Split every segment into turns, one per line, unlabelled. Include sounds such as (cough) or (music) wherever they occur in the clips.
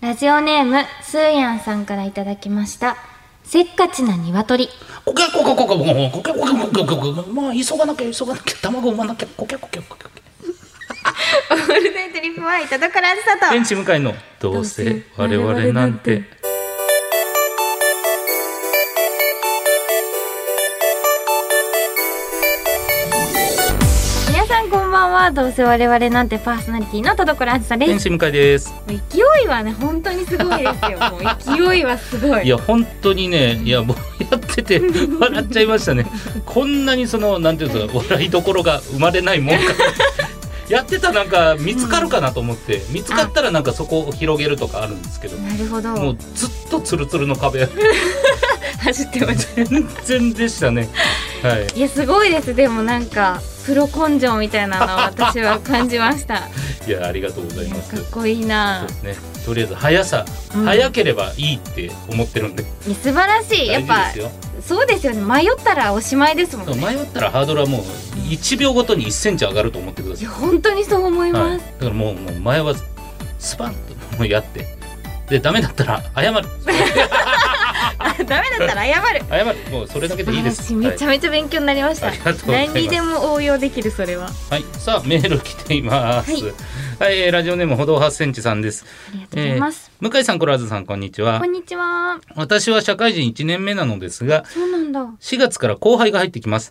ラジオネーム、スーヤンさんからいただきました。せっかちな鶏。
こけこけこけこけこけこけこけこけこけまあ急がなきゃ急がなきゃ卵産まなきゃこけこけこけこけ
オールナイトリップワイトだからスタ
ベンチ向かいのどうせ我々なんて
(laughs) 皆さんこんばんは。どうせ我々なんてパーソナリティの田所あずさ
ベ
で
ン
す。
チ向かいです
もう勢いはね、本当にすごいです (laughs) よ。もう勢いはすごい。
いや本当にねいや僕やってて笑っちゃいましたねこんなにそのなんていうんですか笑いどころが生まれないもんかやってたなんか見つかるかなと思って見つかったらなんかそこを広げるとかあるんですけど
なるほど。
もうずっとツルツルの壁
走ってまし
全然でしたねはい
た。いや、すごいです。でもなんか、プロ根性みたいなのを私は感じました。
いやありがとうございます
かっこいいな
そう。ですね。とりあえず速さ、
うん
速ければいいって思ってるんで
いや素晴らしい。や
大
っぱ
事です、よ。
そうですよね。迷ったらおしまいですもんね。
迷ったらハードルはもう1秒ごとに1センチ上がると思ってく
い
だ
や
さ
本当にそう思い
い。
ます。
い。だからもうもう前はスパンともうやって。でダメだったら謝る
あ (laughs) ダメだったら謝る。
謝るもうそれだけでいいです。
素晴らしめち
は
ゃめちゃ勉強になりました。
ありがとうございま
何
す
にでも応用できるそれは。
い、はいさあメール来ています。
はい
はい、えーラジオネーム歩道8センチさんです。
ありがとうございます。
えー向井さん、コラーズさん、こんにちは
こ。んにちは。
私は社会人1年目なのですが、
そうなんだ。う
4月から後輩が入ってきます。
ん。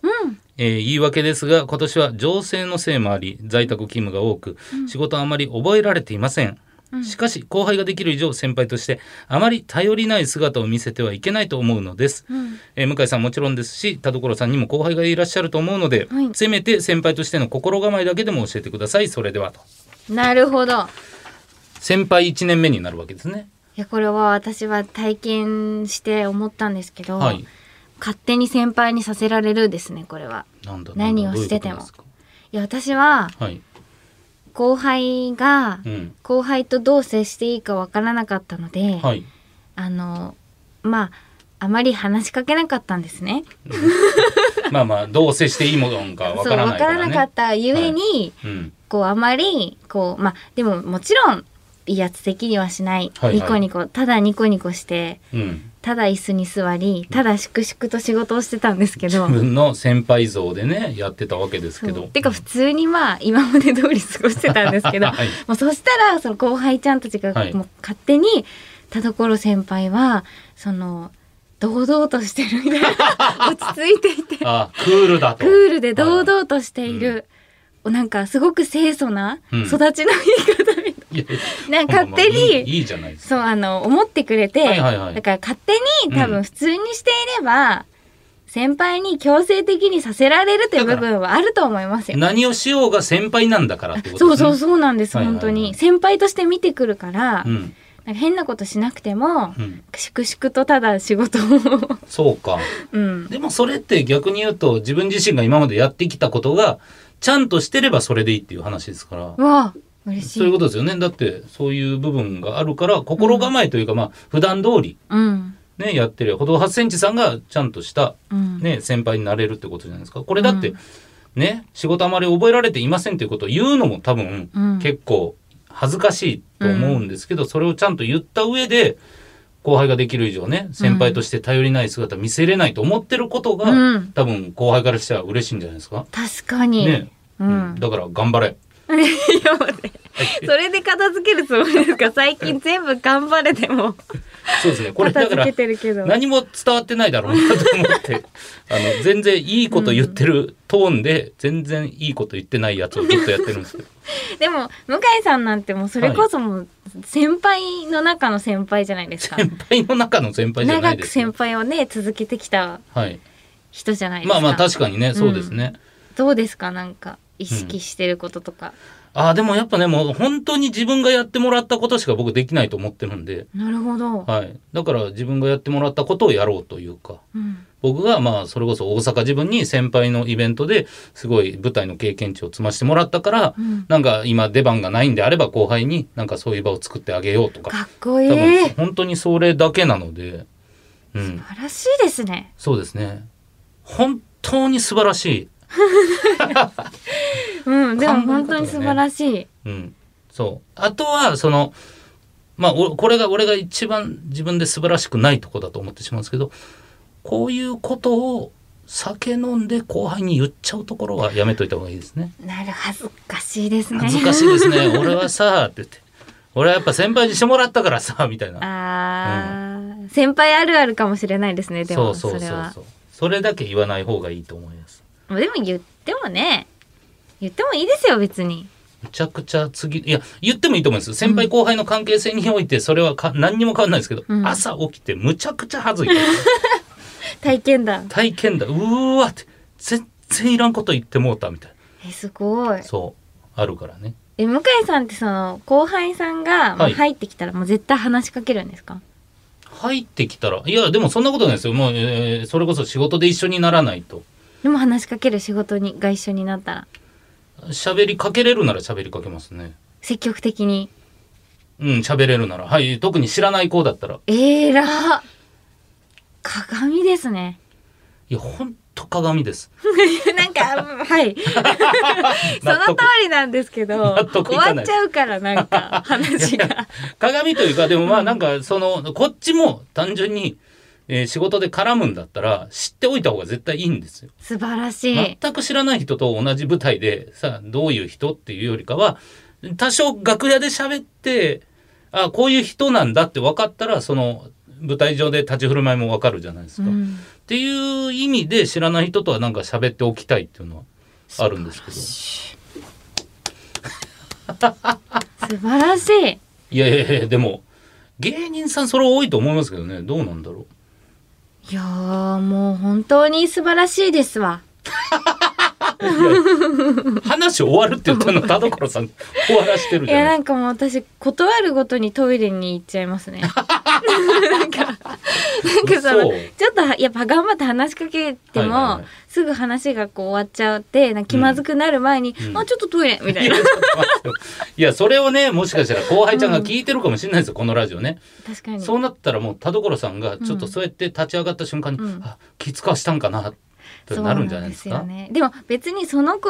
えー言い訳ですが今年は情勢のせいもあり在宅勤務が多く、仕事はあまり覚えられていません、
うん
しかし後輩ができる以上先輩としてあまり頼りない姿を見せてはいけないと思うのです、
うん。
えー向井さんもちろんですし田所さんにも後輩がいらっしゃると思うので、
はい
せめて先輩としての心構えだけでも教えてくださいそれではと
なるほど。
先輩1年目になるわけですね
いやこれは私は体験して思ったんですけど、
はい
勝手に先輩にさせられるですねこれは。
なんだ
何
なんだ
をしてても
どういうことで
いや私は
すかはい、
後輩が
うん
後輩とどう接していいかわからなかったので、
はい、
あのまああまり話しかけなかったんですね。
まあまあどう接していいものかわ
(laughs) そう
からな
わか
いからら
な
ね
かったゆえに、
うん
こうあまりこうまあでももちろん威圧的にはしない、
はいはい
ニコニコただニコニコして
うん
ただ椅子に座りただ粛々と仕事をしてたんですけど
自。分の先輩像でねやってたわけですけ
そ
ど
うてか普通にまあ今まで通り過ごしてたんですけど、 (laughs)
はい
もうそしたらその後輩ちゃんたちが
はい
もう勝手に田所先輩はその堂々としてるみ
(laughs)
たいな落ち着いていて
(laughs) あクールだ
ク
と
ールで堂々としている、なんかすごく清楚な
うん
育ちの言い方みたい
いやいや
な、なんか勝手
まあまあい
に
いいいじゃないです
そ
か
うあの思ってくれて、
はいはいはい
だから勝手に多
うん
分普通にしていれば、先輩に強制的にさせられるという部分はあると思いますよ。
何をしようが先輩なんだからってこと
そ
で
う
すね
そうそうなんです、
はいはいはい
本当に先輩として見てくるから、
うん
なんか変なことしなくても
うん、
粛々とただ仕事を (laughs)
そうか
うん
でもそれって逆に言うと自分自身が今までやってきたことがちゃんとしてればそれでいいっていう話ですから
うわ嬉し
そういう
い
ことですよねだってそういう部分があるから心構えというか、まあ普段通り
うん
ねやってる歩道8センチさんがちゃんとした
うん、
ね、先輩になれるってことじゃないですか。これだって、ね、仕事あまり覚えられていませんということを言うのも多分、
うん
結構恥ずかしいと思うんですけど、それをちゃんと言った上で、後輩ができる以上ね、先輩として頼りない姿見せれないと思ってることが、
うん
多分後輩からしたら嬉しいんじゃないですか。
確かに、
ね。
うん
だから頑張れ。
(laughs) いや待ってそれで片付けるつもりですか最近全部頑張れても
そうですね。これ
片
だか
付
ら
け、てるけど
何も伝わってないだろうなと思って、あの、全然いいこと言ってるトーンで、全然いいこと言ってないやつをずっとやってるんですけど。
でも向井さんなんてもうそれこそもう先輩の中の先輩じゃないですか
(laughs) 先輩の中の先輩じゃない
長
で
く
すよ
先輩をね続けてきた
はい。
人じゃないです
ま
か
あまあ確かにね、そうですね。
どうですかなんか意識してることとか、
ああ、でもやっぱね、もう本当に自分がやってもらったことしか僕できないと思ってるんで、
なるほど、
はい。だから自分がやってもらったことをやろうというか、
うん
僕がまあそれこそ大阪自分に先輩のイベントですごい舞台の経験値を積ましてもらったから、
うん
なんか今出番がないんであれば後輩になんかそういう場を作ってあげようとか、
かっこいい
多分
素
本当にそれだけなので、うん。
晴らしいですね
そうですね。本当に素晴らしい。
うんでも
考え方がね
本当に素晴らしい、
うん、そうあとはそのまあおこれが俺が一番自分で素晴らしくないとこだと思ってしまうんですけどこういうことを酒飲んで後輩に言っちゃうところはやめといた方がいいですね。
なる恥ずかしいですね。
恥ずかしいです
(laughs)
ね俺はさって言って俺はやっぱ先輩にしてもらったからさみたいな
あー、先輩あるあるかもしれないですね。で
そ
も
う
そ
そ
れ
う
は。
そうそうそれだけ言わない方がいいと思います
でも言ってもね、言ってもいいですよ別に。
むちゃくちゃ次いや言ってもいいと思います先輩後輩の関係性においてそれはか何にも変わらないですけど、
うん
朝起きてむちゃくちゃ恥ずい
体験談。
体験だうーわって全然いらんこと言ってもうたみたい
えすごい
な。そうあるからね
え向井さんってその後輩さんがま
は
あ
い
入ってきたらもう絶対話しかけるんですか。
入ってきたらいやでもそんなことないですよもう、えーそれこそ仕事で一緒にならないと
でも話しかける仕事にが一緒になったら
喋りかけれるなら喋りかけますね
積極的に。
うん喋れるならはい特に知らない子だったら
えー、ら鏡です
(laughs)
ね。
いやほんと鏡です
なんか、 (laughs) はい。その
(laughs) 納
通
得
りなんですけど、
納得
終
いか
わ
ない
っちゃうから、なん
(laughs)
か、話が。
鏡というかでもまあなんかそのこっちも単純に、えー仕事で絡むんだったら知っておいた方が絶対いいんですよ。
素晴らしい。
全く知らない人と同じ舞台でさどういう人っていうよりかは多少楽屋で喋ってあこういう人なんだって分かったらその舞台上で立ち振る舞いも分かるじゃないです
う
か。っ
ん、
ていう意味で知らない人とはなんか喋っておきたいっていうのはあるんですけど
素晴らしい。
いやいやいやでも芸人さんそれ多いと思いますけどねどうなんだろう
いやー、もう本当に素晴らしいですわ。
話終わるって言ったの田所さん終わらしてる
い
じゃ
や、
な
ないんかもう私、断るごとにトイレに行っちゃいます
(laughs)
ね。なんか、なんかその
嘘、
ちょっとはやっぱ頑張って話しかけても、
はいはいはい
すぐ話がこう終わっちゃって、なんか気まずくなる前に、
うん
あ、ちょっとトイレ、みたい
いや
な
ちょ。っと待ってよいやそれをねもしかしたら後輩ちゃんが聞いてるかもしれないですよこのラジオね、
確かに。
そうなったらもう田所さんがちょっとそうやって立ち上がった瞬間に、
うん
あ気遣わしたんかなってなるんじゃないです
そう
か
んですよね、でも別にその子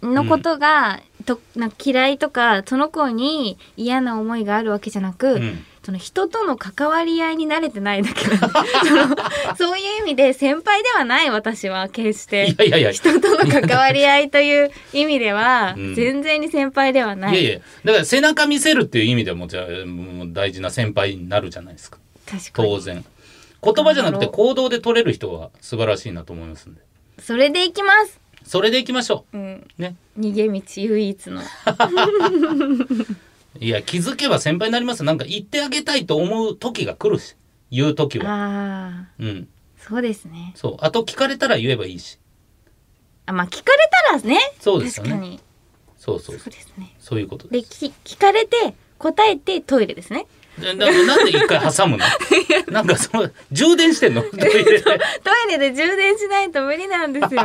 のことが、となんか嫌いとかその子に嫌な思いがあるわけじゃなく、
うん
その人との関わり合いに慣れてないだけ
(laughs)
なんでそのそういう意味で先輩ではない私は決し
い
て
やいやいやい
人との関わり合いという意味では、
うん
全然に先輩ではない
やいやだから背中見せるっていう意味でもじゃあもう大事な先輩になるじゃないですか
確かに
当然言葉じゃなくて行動で取れる人は素晴らしいなと思いますんで
それでいきます、
それでいきましょ
うん、
うね
逃げ道唯一の
いや気づけば先輩になりますよなんか言ってあげたいと思う時が来るし言う時は
あー
うん
そうですね
そうあと聞かれたら言えばいいし
あまあ聞かれたらね
そうですよ
確か
ね
に
そうそう
そ
そ
う
う
ですね
そういうこと
で
です
聞聞かれて答えてトイレですね
でななんで一回挟むのなんかその充電して
(laughs)
んのトイレで
(laughs) トイレで充電しないと無理なんです (laughs) よ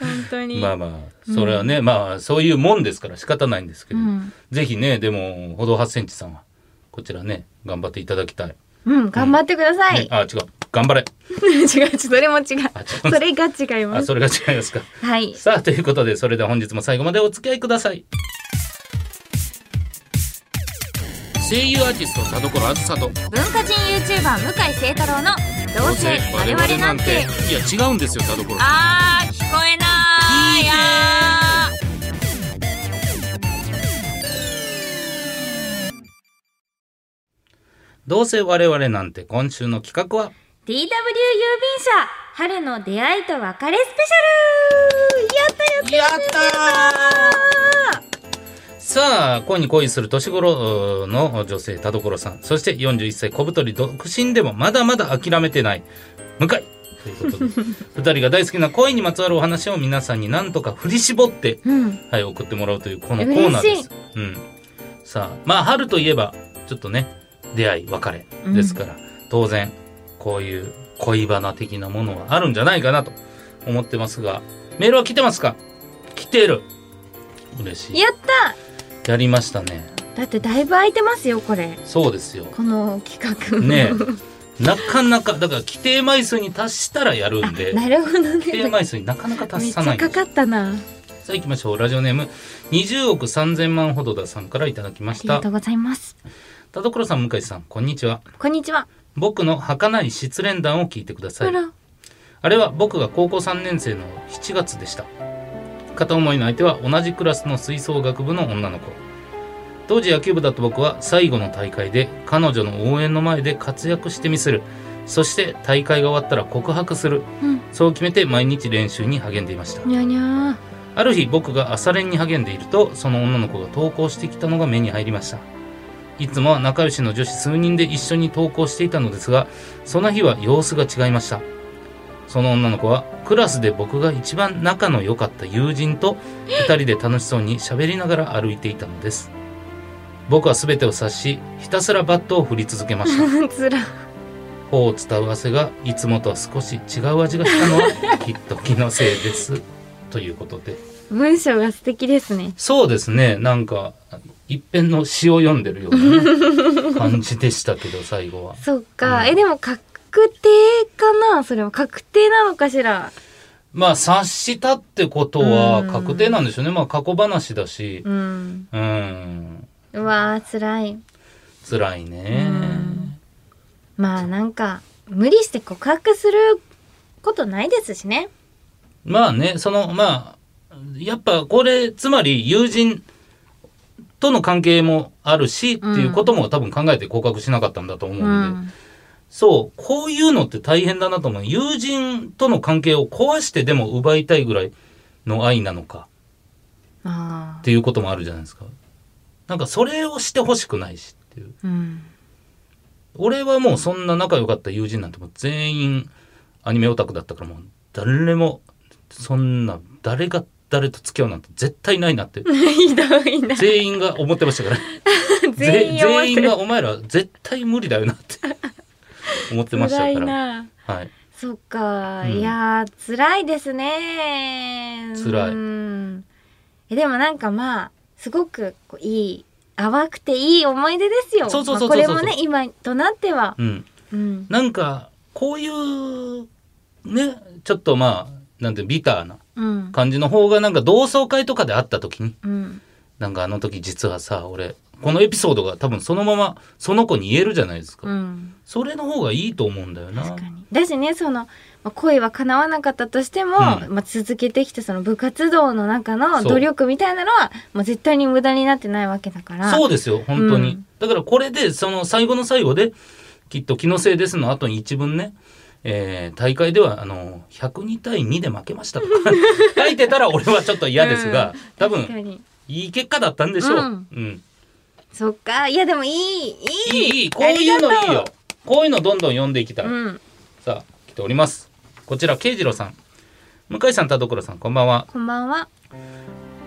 本当に、
(laughs) まあまあそれはね、まあそういうもんですから仕方ないんですけ
う
ど、
ん、
ぜひねでも歩道8センチさんはこちらね頑張っていただきたい、
うん、頑張ってください、
ね、あ違う頑張れ
(laughs) 違う違うそれも違う
あ違う
それが違いま
あ
す
それが違いますか
はい
さあということでそれでは本日も最後までお付き合いください声優アーティスト田所あずさと
文化人 YouTuber 向井聖太郎の「どうせ我々なんて
いや違うんですよ田所」
あー聞こえないあー
どうせ我々なんて今週の企画は
DW 郵便車春の出会いと別れスペシャルやったやった
やったーさあ恋に恋する年頃の女性田所さんそして41歳小太り独身でもまだまだ諦めてない向井ということで二人が大好きな恋にまつわるお話を皆さんになんとか振り絞って
うん
はい、送ってもらうというこのコーナーです。うん、さあまあ春といえばちょっとね出会い別れですから、当然こういう恋バナ的なものはあるんじゃないかなと思ってますがメールは来てますか来てる嬉しい
やった
やりましたね
だってだいぶ空いてますよこれ
そうですよ
この企画
ね
(laughs)
えなかなかだから規定枚数に達したらやるんで
なるほどね
規定枚数になかなか
め
達
っち
さな
ゃ
いんで
か
す
かったなあ
さあ行きましょうラジオネーム20億3000万ほどださんからいただきまし
りが
た
とうございます
田所さん向井さんこんにちは
こんにちは。
僕の儚い失恋談を聞いてくだ
あ
さい
ら、
あれは僕が高校3年生の7月でした。片思いの相手は同じクラスの吹奏楽部の女の子。当時野球部だった僕は最後の大会で彼女の応援の前で活躍してみせる。そして大会が終わったら告白する。
うん、
そう決めて毎日練習に励んでいました。
にゃにゃ
ある日僕が朝練に励んでいるとその女の子が投稿してきたのが目に入りましたいつもは仲良しの女子数人で一緒に投稿していたのですがその日は様子が違いましたその女の子はクラスで僕が一番仲の良かった友人と2人で楽しそうに喋りながら歩いていたのです僕は全てを察しひたすらバットを振り続け
(laughs)
ました
ー。つら。
頬を伝う汗がいつもとは少し違う味がしたのはきっと気のせいですということで
文章が素敵ですね。
そうですね。なんか、一編の詩を読んでるよ
(laughs)
うなね感じでしたけど、最後は。
そっか、
うん
え、でも確定かなそれは確定なのかしら。
まあ、察したってこと
う
は
ん
確定なんでしょうね。まあ、過去話だし。
うん。
うん。
うわー、つらい。
辛いね
う。んまあなんか、無理して告白することないですしね。
まあね、その、まあ、やっぱこれ、つまり友人との関係もあるし、っていうことも多分考えて告白しなかったんだと思うん
う
で。
ん。
そう、こういうのって大変だなと思う。友人との関係を壊してでも奪いたいぐらいの愛なのか
あ
っ
あ。
ていうこともあるじゃないですか。なんかそれをしてほしくないしっていう。
うん。
俺はもうそんな仲良かった友人なんてもう全員アニメオタクだったからもう誰もそんな誰が誰と付き合うなんて絶対ないなって
(laughs) (laughs) ひどいな。
全員が思ってましたから
全員
ぜ
思っ
全
て
員がお前ら絶対無理だよなって
(laughs)
思ってました
辛い
から。
な。
はい。
そっか、
うん
いやー辛いですね
辛い
うんえでもなんかまあすごくこういい淡くていい思い出ですよ
そうそうそう
まあ
そうそう
これもね今となっては
うん。
うん
なんかこういうねちょっとまあなんていうのビターな
うん
感じの方がなんか同窓会とかで会った時に
うん
なんかあの時実はさ俺このエピソードが多分そのままその子に言えるじゃないですか、
うん
それの方がいいと思うんだよな
確かにだしねその、まあ、恋は叶わなかったとしても、
うん
まあ、続けてきたその部活動の中の
そう
努力みたいなのはもう絶対に無駄になってないわけだから
そうですよ本当
う
に、
ん
だからこれでその最後の最後できっと気のせいですの後に一文ねえー大会ではあの102対2で負けましたとか
(laughs)
書いてたら俺はちょっと嫌ですが、
うん
多
確
分
かに
いい結果だったんでしょう、
うん
うん、
そっかいやでもいいい
い
い
いいいこういうのいいよこういうのどんどん読んでいきたい、
うん
さあ来ておりますこちら慶次郎さん向井さん田所さんこんばんは
こんばんは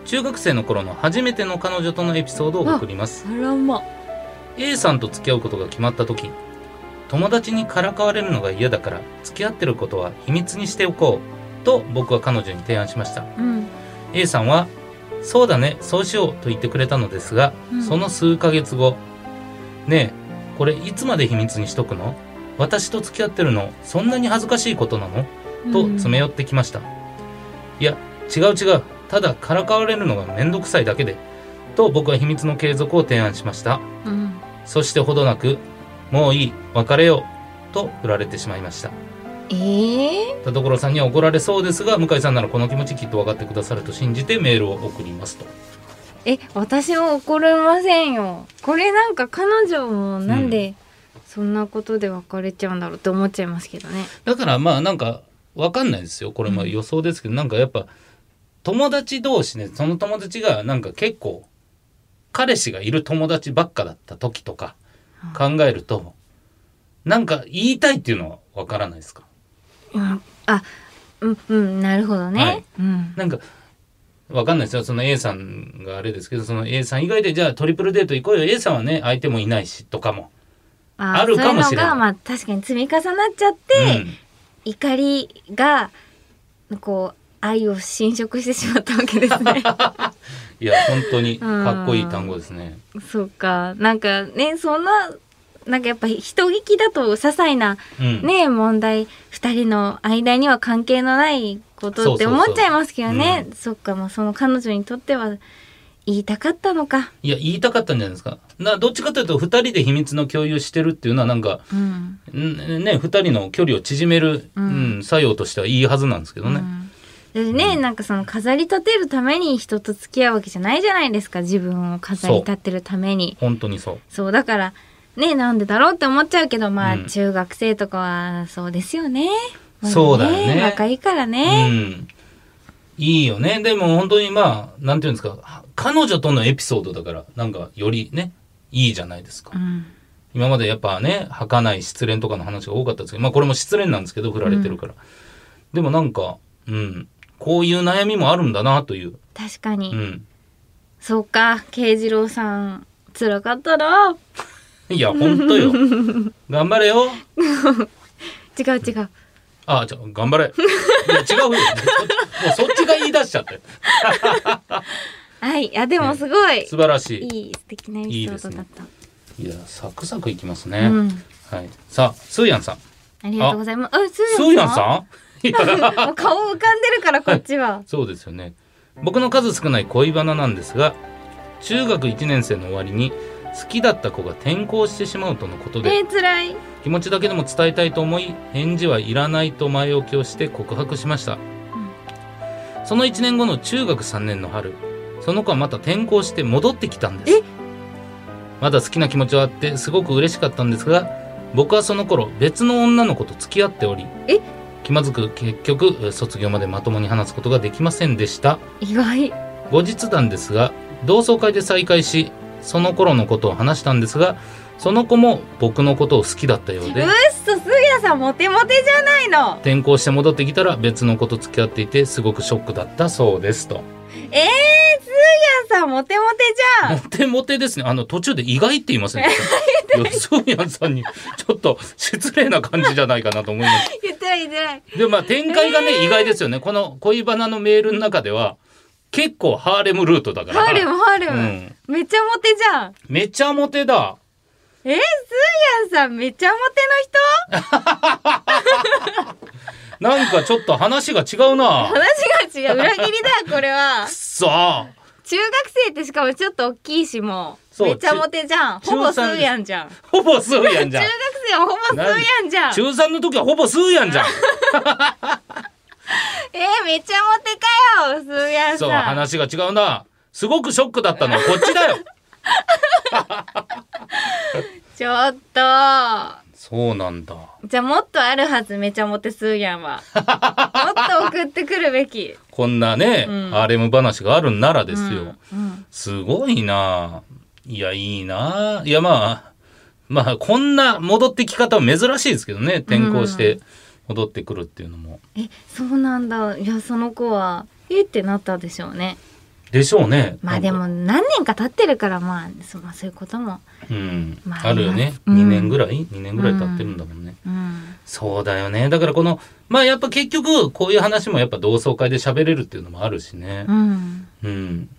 中学生の頃の初めての彼女とのエピソードを送ります
あらま
A さんと付き合うことが決まった時友達にからかわれるのが嫌だから付き合ってることは秘密にしておこうと僕は彼女に提案しました
うん、
A さんは「そうだねそうしよう」と言ってくれたのですが、
うん
その数ヶ月後「ねえこれいつまで秘密にしとくの私と付き合ってるのそんなに恥ずかしいことなの?」と詰め寄ってきました、いや違う違うただからかわれるのがめんどくさいだけでと僕は秘密の継続を提案しました
うん、
そしてほどなく「もういい別れよう」と振られてしまいました
ええ
田所さんには怒られそうですが向井さんならこの気持ちきっと分かってくださると信じてメールを送りますと
え私は怒れませんよこれなんか彼女もなんでそんなことで別れちゃうんだろうって思っちゃいますけどね
だからまあなんか分かんないですよこれまあ予想ですけど、なんかやっぱ友達同士ねその友達がなんか結構彼氏がいる友達ばっかだった時とか考えると、なんか言いたいっていうのは分からないですか
うんあうんうんなるほどね、
はい
うん
なんか分かんないですよその A さんがあれですけどその A さん以外でじゃあトリプルデート行こうよ A さんはね相手もいないしとかも、
あ
あるかもしれない
そういうのがまあ確かに積み重なっちゃって、
うん
怒りがこう愛を侵食してしまったわけです
(laughs)
ね
いや本当にかっこいい単語ですね。
そうかなんかねそんななんかやっぱ人聞きだと些細な
うん
ねえ問題2人の間には関係のないことって
そうそうそう
思っちゃいますけどね
う
そっかまあその彼女にとっては言いたかったのか
いや言いたかったんじゃないですかなどっちかというと2人で秘密の共有してるっていうのはなんか、
うん
んね、2人の距離を縮める、う
うんん
作用としてはいいはずなんですけどね。
うんでね、なんかその飾り立てるために人と付き合うわけじゃないじゃないですか自分を飾り立てるために
本当にそう
そうだからねなんでだろうって思っちゃうけどまあ、
うん
中学生とかはそうですよね,、まあ
そうだよね
若いから
う
ね、
ん、いいよねでも本当にまあなんていうんですかは彼女とのエピソードだからなんかよりねいいじゃないですか、
うん
今までやっぱね儚い失恋とかの話が多かったですけどまあこれも失恋なんですけど振られてるから、でもなんかうんこういう悩みもあるんだなという、
確かに、
うん、
そうか慶次郎さん辛かったら違
いや本当よ頑張れよ
う違う
あじゃあ頑張れいや違うよもうそっちが言い出しちゃって
はいいやでもすごい、
素晴らしい
いい素敵なエピソードだった
いやサクサクいきますね、
うん
はいさあスーヤンさん
ありがとうございます。うん、ス
ス
ー
ー
ヤ
ヤ
ン
ン
さん。
さんいや
もう (laughs) 顔浮かんでるからこっちは。
そうですよね僕の数少ない恋バナなんですが中学1年生の終わりに好きだった子が転校してしまうとのことで
えー、辛い。
気持ちだけでも伝えたいと思い返事はいらないと前置きをして告白しました、その1年後の中学3年の春その子はまた転校して戻ってきたんです
え
まだ好きな気持ちはあってすごく嬉しかったんですが僕はその頃別の女の子と付き合っており
え
気まずく結局卒業までまともに話すことができませんでした
意外。
後日談ですが同窓会で再会しその頃のことを話したんですがその子も僕のことを好きだったよう
う
で
っそ、スーヤンさんモテモテじゃないの。
転校して戻ってきたら別の子と付き合っていてすごくショックだったそうですと。
えー、スーヤンさんモテモテじゃ
(laughs) モ
ん。
テモテですね。あの途中で意外って言いません
(laughs)
でした。いやそうやんさんにちょっと失礼な感じじゃないかなと思います。
言ってない言ってない。
でもまあ展開がね、意外ですよね。この恋バナのメールの中では結構ハーレムルートだから。
ハーレムハーレ
う
ム。
ん。
めっちゃモテじゃん。
めちゃモテだ。
えー、スーヤンさんめっちゃモテの人
なんかちょっと話が違うな。
話が違う。裏切りだ、これは
(laughs) くっ。そー。
中学生ってしかもちょっと大きいしもう。
そう
めっちゃモテじゃん。
中
ほぼスーヤンじゃん。中
ほぼスーやんじゃん
学。生はほぼスーヤンじゃん。
中3の時はほぼスーや
(laughs)
んじゃん。
えー、めっちゃモテかよ、スーヤンさ
そ
ん。
う話が違うなすごくショックだったのはこっちだよ
ちょっと。じゃ
そうなんだ
あもっとあるはず、めちゃモテスーヤン
(laughs)
は。もっと送ってくるべき。
こんなね、
うん
RM 話があるんならですよ、
うん。うん
すごいないやいいないやまあまあこんな戻ってき方は珍しいですけどね転校して戻ってくるっていうのも、
え、そうなんだ。いや、その子は、えってなったでしょうね。
でしょうね
まあでも、何年か経ってるから、まあ、そまあそういうことも。
うん、
まあ
あるよね、
うん
2年ぐらい2年ぐらい経ってるんだもんね、
うん。
そうだよねだからこのまあやっぱ結局こういう話もやっぱ同窓会で喋れるっていうのもあるしね、
うん。
うん。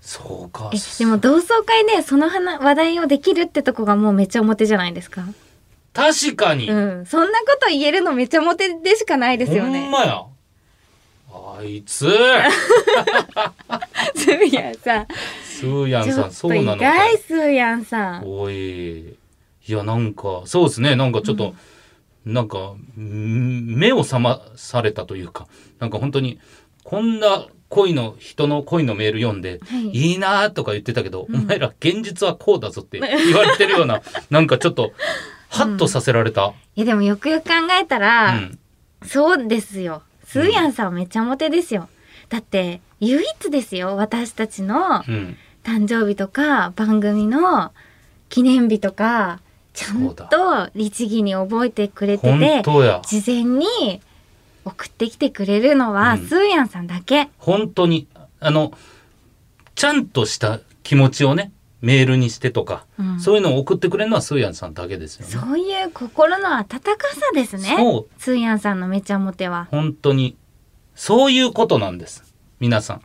そうか。
え、でも同窓会で、その話話題をできるってとこがもうめっちゃモテじゃないですか。
確かに。
うん。そんなこと言えるのめっちゃモテでしかないですよ
ほん
ね。
まや。あい
(laughs)
つ、
スーヤンさん。
スーヤン
ちょ
さ
っ
ん、そ
と
う
意
なのか。
外スーヤンさん。
おい。いや、なんか、そうですね。なんかちょっと、なんか、ん目を覚まされたというか、なんか本当に、こんな恋の、人の恋のメール読んで、
はい
いいなーとか言ってたけど、お前ら現実はこうだぞって言われてるような、なんかちょっと、ハッとさせられた。
いやでもよくよく考えた
う
ら、
ん。
そうですよ。スーヤンさんはめっちゃモテですよ。だって、唯一ですよ。私たちの
うん。
誕生日とか、番組の記念日とか、ちゃん
そう
と律儀に覚えてくれて
本
て、
当や。
事前に送ってきてくれるの
う
は
ん
スーヤンさんだけ。
本当にあのちゃんとした気持ちをねメールにしてとか、
うん
そういうのを送ってくれるのはスーヤンさんだけですよね。
そういう心の温かさですね
そう。
スーヤンさんのめちゃモテは。
本当にそういうことなんです皆さん。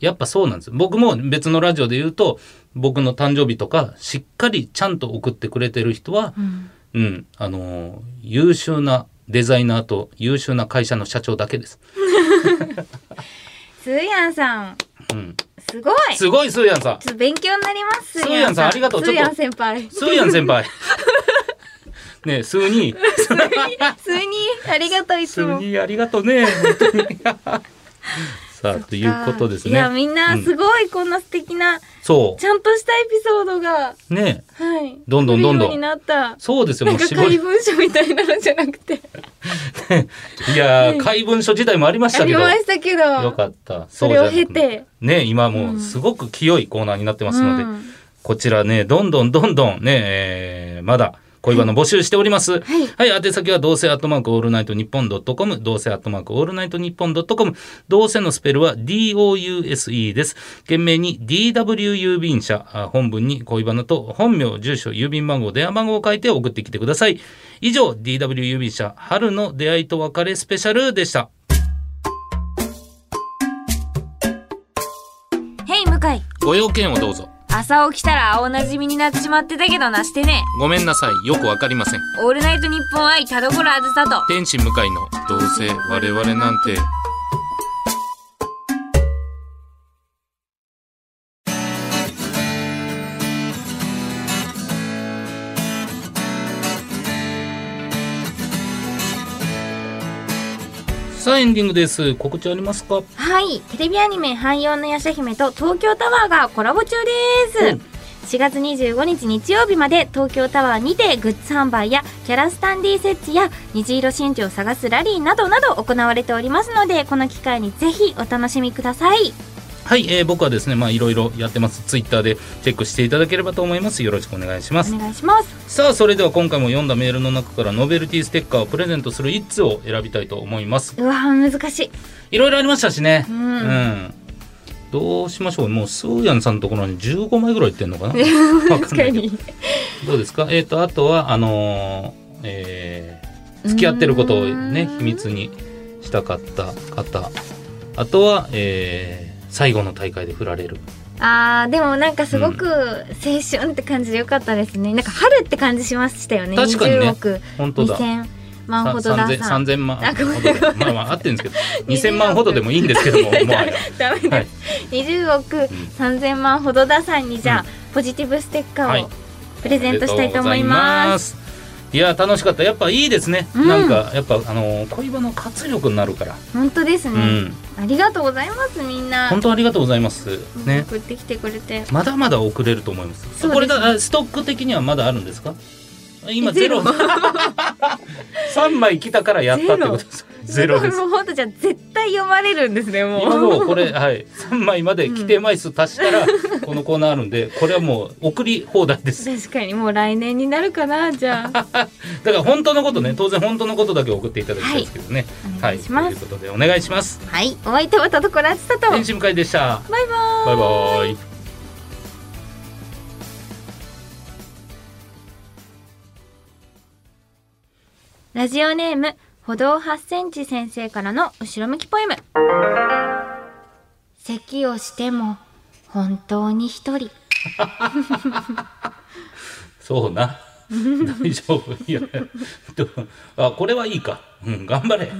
やっぱそうなんです僕も別のラジオで言うと僕の誕生日とかしっかりちゃんと送ってくれてる人は、
うん
うんあのー優秀なデザイナーと優秀な会社の社長だけです。
スーヤンさん、
うん、
スすごいちょ
すごいスーヤン
(laughs)
さん
っと勉強になります
スーヤンさんありがとう
スーヤン
ち
先輩
スーヤン先輩ねえスーニー
スーニーありがとうい
ス
つ
ー
も
ニーありがとうね本当
(laughs)
にさあということです
いや
ね
みんなすごいこんな素敵な
そ
ちゃんとしたエピソードが
うねえ
はい
どんどんどんどん
来るようになった
そうですよ
な
も
ん
う
か
絞
怪
り
文書みたいなのじゃなくて
いやー怪文書時代もありまし
あ
たけ
り
ど
ましたけど
よかった
それを
じ
経
ゃなく
て
ね今もううんすごく清いコーナーになってますので、
うん
こちらねどんどんどんどんね、えーまだ恋バナ募集しておりま
は
す。
い
はい、宛先はどうせアットマークオールナイトニッポンドットコム、どうせアットマークオールナイトニッポンドットコム、どうせのスペルは DOUSE です。懸命に DW 郵便社、あ本文に恋バナと本名、住所、郵便番号、電話番号を書いて送ってきてください。以上、DW 郵便社、春の出会いと別れスペシャルでした。
ヘイ向井
ご用件をどうぞ。
朝起きたら青なじみになってしまってたけどなしてね
ごめんなさい、よくわかりません。
オールナイトニッポン愛田所あずさと
天使向かいの、どうせ我々なんて。さあエンディングです。告知ありますか。
はいテレビアニメ「汎用のやしゃ姫」と東京タワーがコラボ中です、
うん
4月25日日曜日まで東京タワーにてグッズ販売やキャラスタンディ設置や虹色真珠を探すラリーなどなど行われておりますのでこの機会にぜひお楽しみください
はい、えー、僕はですね、まあいろいろやってます。ツイッターでチェックしていただければと思います。よろしくお願いします
お。願いします
さあそれでは今回も読んだメールの中からノベルティステッカーをプレゼントする1通を選びたいと思います
うわー難しい
いろいろありましたしね
うん
んどうしましょうもうスーヤンさんのところに15枚ぐらいいってんのかなわか
(laughs) 確
ん
か
ないけど
に
どうですかえっ、とあとはあのーえー付き合ってることをね
うん
秘密にしたかった方あとは、えー最後の大会で振られる
あーでもなんかすごく青春って感じでよかったですね、なんか春って感じしましたよね
確かにね
20億
本当だ
2000万ほどだ
3000 3000万
あごめん
ほどでまあまあ合ってるんですけど2000万ほどでもいいんですけどももはや
(laughs) ダメです、
はい
20億3000万ほどださんにじゃあ、
うん
ポジティブステッカ
は
ー
い
をプレゼントしたいと思います,、
す。いや楽しかったやっぱいいですね、
うん
なんかやっぱあのー恋バナ活力になるから、
本当です
う
ね、
ん、
ありがとうございますみんな
本当ありがとうございますね
送ってきてくれて
まだまだ遅れると思います
そうですね
これだあストック的にはまだあるんですか今ゼロ (laughs) 三枚来たからやったってことですゼロです
もう本当じゃあ絶対読まれるんですねもう
今もうこれはい三枚まで規定枚数足したら、このコーナーあるんでこれはもう送り放題です
確かにもう来年になるかなじゃ
(laughs)
あ
だから本当のことね当然本当のことだけ送っていただきたいですけどね
お願
はい、
いします
ということでお願いします
はいお相手は田所あつさとバイ
天使向かいでした
バーイ
バイバイ
ラジオネーム歩道8センチ先生からの後ろ向きポエム咳をしても本当に一人
そうな大丈夫いやどうあこれはいいか、うん、頑張れ